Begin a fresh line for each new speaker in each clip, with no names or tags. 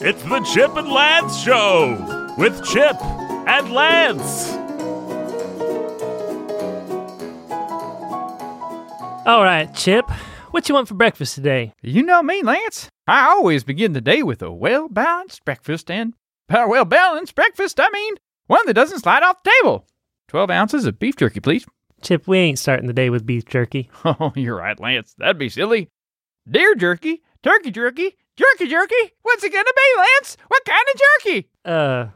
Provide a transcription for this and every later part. It's the Chip and Lance Show with Chip and Lance.
All right, Chip. What you want for breakfast today?
You know me, Lance. I always begin the day with a well balanced breakfast, and by well balanced breakfast, I mean one that doesn't slide off the table. 12 ounces of beef jerky, please.
Chip, we ain't starting the day with beef jerky.
Oh, you're right, Lance. That'd be silly. Deer jerky, turkey jerky, jerky jerky. What's it gonna be, Lance? What kind of jerky?
Uh,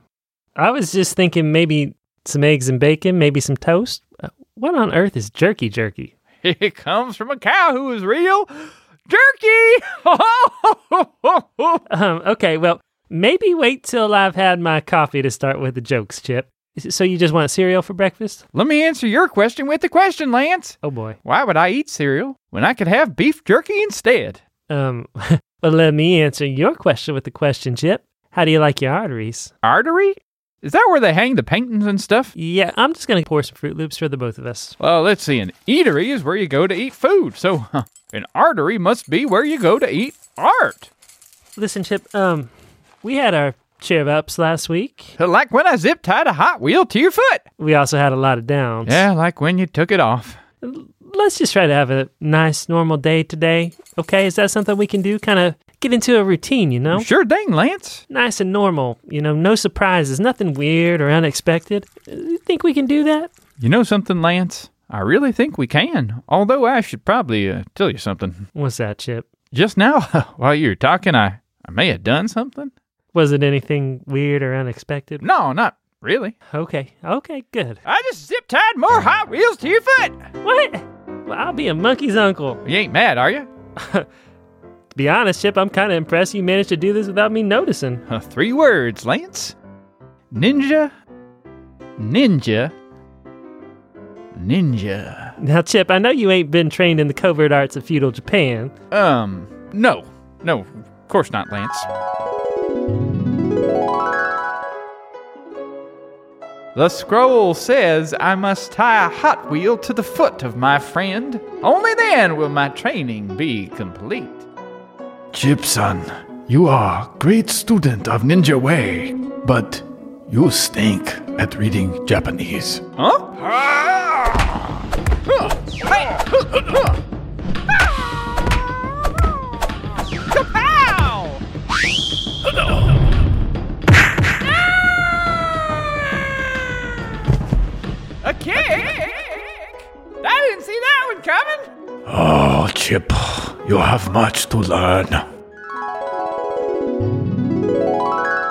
I was just thinking maybe some eggs and bacon, maybe some toast. Uh, What on earth is jerky jerky?
It comes from a cow who is real Oh, jerky.
Um, okay, well, maybe wait till I've had my coffee to start with the jokes, Chip. Is it- So you just want cereal for breakfast?
Let me answer your question with the question, Lance.
Oh boy.
Why would I eat cereal when I could have beef jerky instead?
Um, well, let me answer your question with the question, Chip. How do you like your arteries?
artery? Is that where they hang the paintings and stuff?
Yeah, I'm just gonna pour some Fruit Loops for the both of us.
Well, let's see. An eatery is where you go to eat food, so huh, an artery must be where you go to eat art.
Listen, Chip. Um, we had our cheer ups last week.
Like when I zip tied a Hot Wheel to your foot.
We also had a lot of downs.
Yeah, like when you took it off.
Let's just try to have a nice, normal day today. Okay, is that something we can do? Kind of get into a routine, you know?
Sure thing, Lance.
Nice and normal. You know, no surprises, nothing weird or unexpected. Uh, You think we can do that?
You know something, Lance? I really think we can. Although I should probably uh, tell you something.
What's that, Chip?
Just now, while you were talking, I, I may have done something.
Was it anything weird or unexpected?
No, not really.
Okay, okay, good.
I just zip tied more Hot Wheels to your foot.
What? Well, I'll be a monkey's uncle.
You ain't mad, are you?
To be honest, Chip, I'm kind of impressed you managed to do this without me noticing.
Uh, three words, Lance. Ninja, ninja, ninja.
Now, Chip, I know you ain't been trained in the covert arts of feudal Japan.
Um, no, no, of course not, Lance. The scroll says I must tie a hot wheel to the foot of my friend. Only then will my training be complete.
Chipson, you are great student of Ninja Way, but you stink at reading Japanese.
Huh? A kick? I didn't see that one coming.
Oh, Chip, you have much to learn.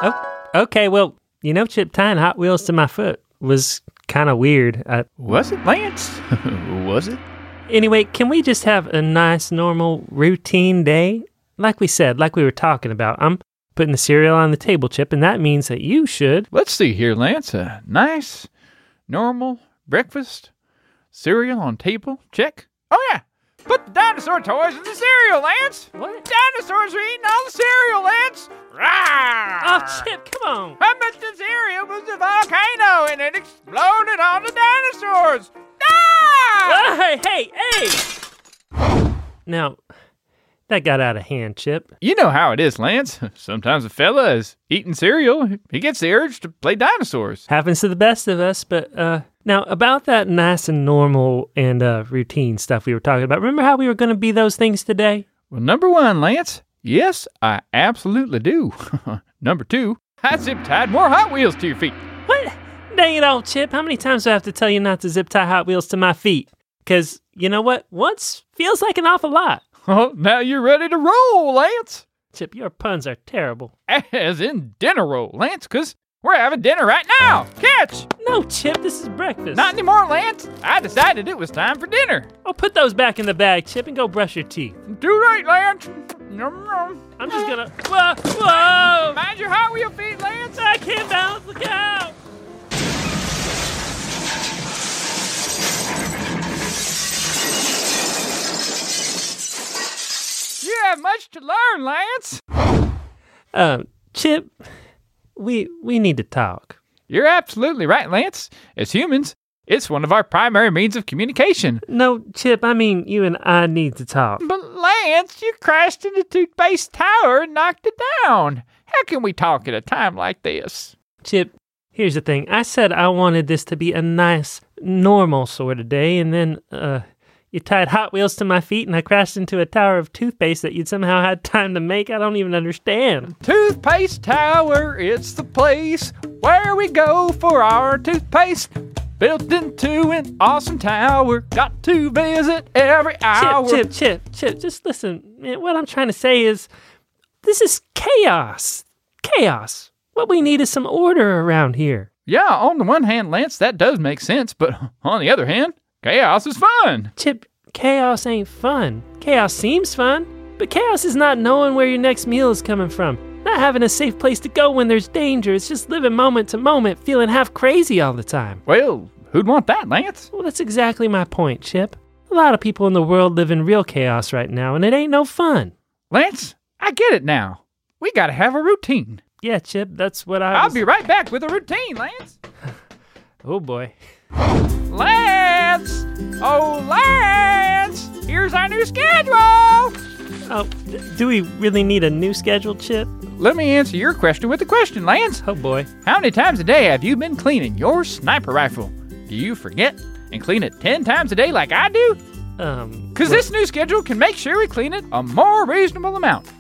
Oh, okay, well, you know, Chip, tying Hot Wheels to my foot was kind of weird. Uh,
Was it Lance? Was it?
anyway, can we just have a nice, normal, routine day? Like we said, like we were talking about, I'm putting the cereal on the table, Chip, and that means that you should.
Let's see here, Lance. A nice, normal breakfast, cereal on table. Check. Oh yeah. Put the dinosaur toys in the cereal, Lance.
What?
Dinosaurs are eating all the cereal, Lance. Rawr!
Oh, Chip, come on.
I bet the cereal was a volcano and it exploded on the dinosaurs. Ah!
Hey, hey, hey! Now, that got out of hand, Chip.
You know how it is, Lance. Sometimes a fella is eating cereal. He gets the urge to play dinosaurs.
happens to the best of us but uh now about that nice and normal and uh routine stuff we were talking about remember how we were going to be those things today
Well, number one, Lance, yes, I absolutely do. number two, I zip tied more Hot Wheels to your feet.
what dang it all chip how many times do i have to tell you not to zip tie hot wheels to my feet because you know what once feels like an awful lot
Oh, now you're ready to roll, Lance.
chip your puns are terrible
As in dinner roll, Lance, because we're having dinner right now. Catch!
no chip this is breakfast
Not anymore, Lance. I decided it was time for dinner.
i'll put those back in the bag chip and go brush your teeth
Too late, Lance. Nom, nom.
i'm just gonna whoa whoa
Mind your Hot Wheel feet, Lance.
i can't balance the cow
You have much to learn, Lance.
um chip we we need to talk
You're absolutely right, Lance. As humans, it's one of our primary means of communication.
No, Chip, I mean, you and I need to talk.
But Lance, you crashed into Toothpaste Tower and knocked it down. How can we talk at a time like this?
Chip, here's the thing. I said I wanted this to be a nice, normal sort of day, and then, uh, you tied Hot Wheels to my feet and I crashed into a tower of toothpaste that you'd somehow had time to make. I don't even understand.
Toothpaste Tower, it's the place where we go for our toothpaste. Built into an awesome tower, got to visit every hour.
Chip, Chip, Chip, Chip, just listen. Man, What I'm trying to say is this is chaos. Chaos. What we need is some order around here.
Yeah, on the one hand, Lance, that does make sense, but on the other hand, chaos is fun.
Chip, chaos ain't fun. Chaos seems fun, but chaos is not knowing where your next meal is coming from. Not having a safe place to go when there's danger. It's just living moment to moment, feeling half crazy all the time.
Well, who'd want that, Lance?
Well, that's exactly my point, Chip. A lot of people in the world live in real chaos right now, and it ain't no fun.
Lance, I get it now. We gotta have a routine.
Yeah, Chip, that's what I.
I'll
was-
be right back with a routine, Lance.
Oh boy.
Lance! Oh, Lance! Here's our new schedule!
Oh, d- do we really need a new schedule, Chip?
Let me answer your question with a question, Lance.
Oh boy.
How many times a day have you been cleaning your sniper rifle? Do you forget and clean it 10 times a day like I do?
Um.
Because this new schedule can make sure we clean it a more reasonable amount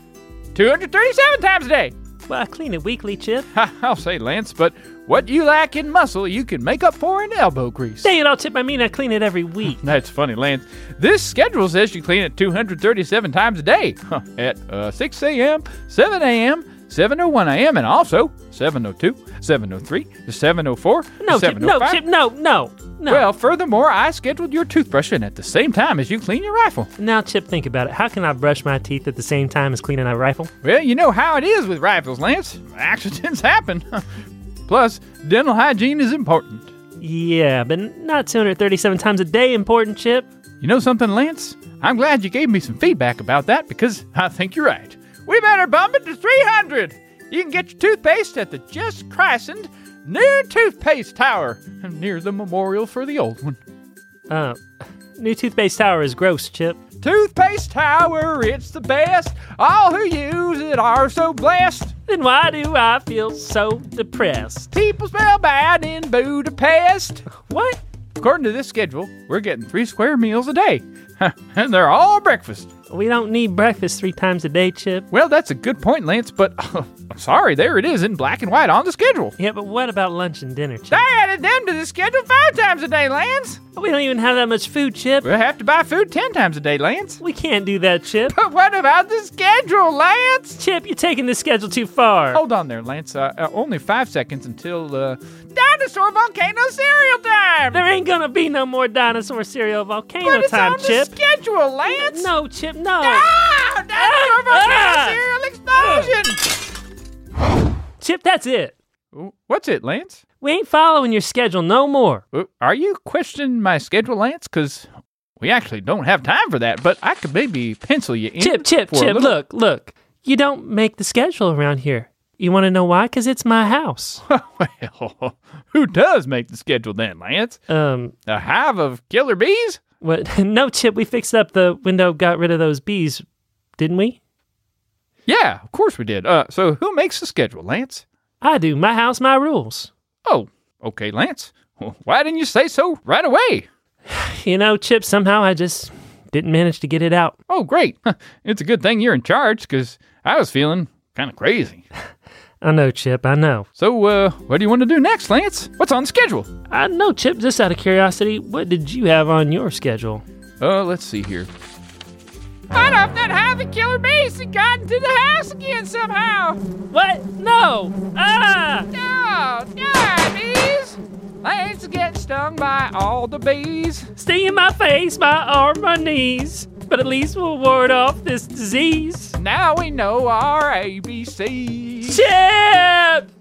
237 times a day.
Well, I clean it weekly, Chip.
I'll say, Lance, but what you lack in muscle, you can make up for in elbow grease.
Dang it all, Chip. I mean, I clean it every week.
That's funny, Lance. This schedule says you clean it 237 times a day huh, at uh, 6 a.m., 7 a.m., 7:01 a.m., and also 7:02, 7:03, 7:04,
No, Chip. No,
7:05.
Chip. No, no, no.
Well, furthermore, I scheduled your toothbrushing at the same time as you clean your rifle.
now, Chip, think about it. How can I brush my teeth at the same time as cleaning a rifle?
Well, you know how it is with rifles, Lance. Accidents happen. Plus, dental hygiene is important.
Yeah, but n- not 237 times a day. Important, Chip.
You know something, Lance? I'm glad you gave me some feedback about that because I think you're right. We better bump it to 300. You can get your toothpaste at the just christened new toothpaste tower near the memorial for the old one.
Uh, new toothpaste tower is gross, Chip.
Toothpaste tower, it's the best. All who use it are so blessed.
Then why do I feel so depressed?
People smell bad in Budapest.
What?
According to this schedule, we're getting three square meals a day, and they're all breakfast.
We don't need breakfast three times a day, Chip.
Well, that's a good point, Lance, but oh, I'm sorry, there it is in black and white on the schedule.
Yeah, but what about lunch and dinner, Chip?
They added them to the schedule five times a day, Lance.
We don't even have that much food, Chip.
We'll have to buy food ten times a day, Lance.
We can't do that, Chip.
But what about the schedule, Lance?
Chip, you're taking this schedule too far.
Hold on there, Lance. Uh, uh, only five seconds until uh, dinosaur volcano cereal time.
There ain't gonna be no more dinosaur cereal volcano
but it's
time,
on
Chip.
the schedule, Lance.
No, Chip, no.
Ah, dinosaur volcano
Ah!
cereal explosion.
Chip, that's it.
What's it, Lance?
We ain't following your schedule no more.
Uh, Are you questioning my schedule, Lance? Because we actually don't have time for that, but I could maybe pencil you in.
Chip, Chip,
for a
Chip,
little-
look, look. You don't make the schedule around here. You wanna know why? Because it's my house.
well, who does make the schedule then, Lance?
Um,
A hive of killer bees?
what? no, Chip, we fixed up the window, got rid of those bees, didn't we?
Yeah, of course we did. Uh, so who makes the schedule, Lance?
I do. My house, my rules.
Oh, okay, Lance. Well, Why didn't you say so right away?
You know, Chip, somehow I just didn't manage to get it out.
Oh, great. It's a good thing you're in charge, because I was feeling kind of crazy.
I know, Chip, I know.
So, uh, what do you want to do next, Lance? What's on the schedule?
I know, Chip, just out of curiosity, what did you have on your schedule?
Uh, let's see here. What if that happy killer beast had gotten to the house again somehow?
What? No! Ah!
No, no, bees! Lance is getting stung by all the bees.
Sting in my face, my arm, my knees. But at least we'll ward off this disease.
Now we know our ABC.
Chip!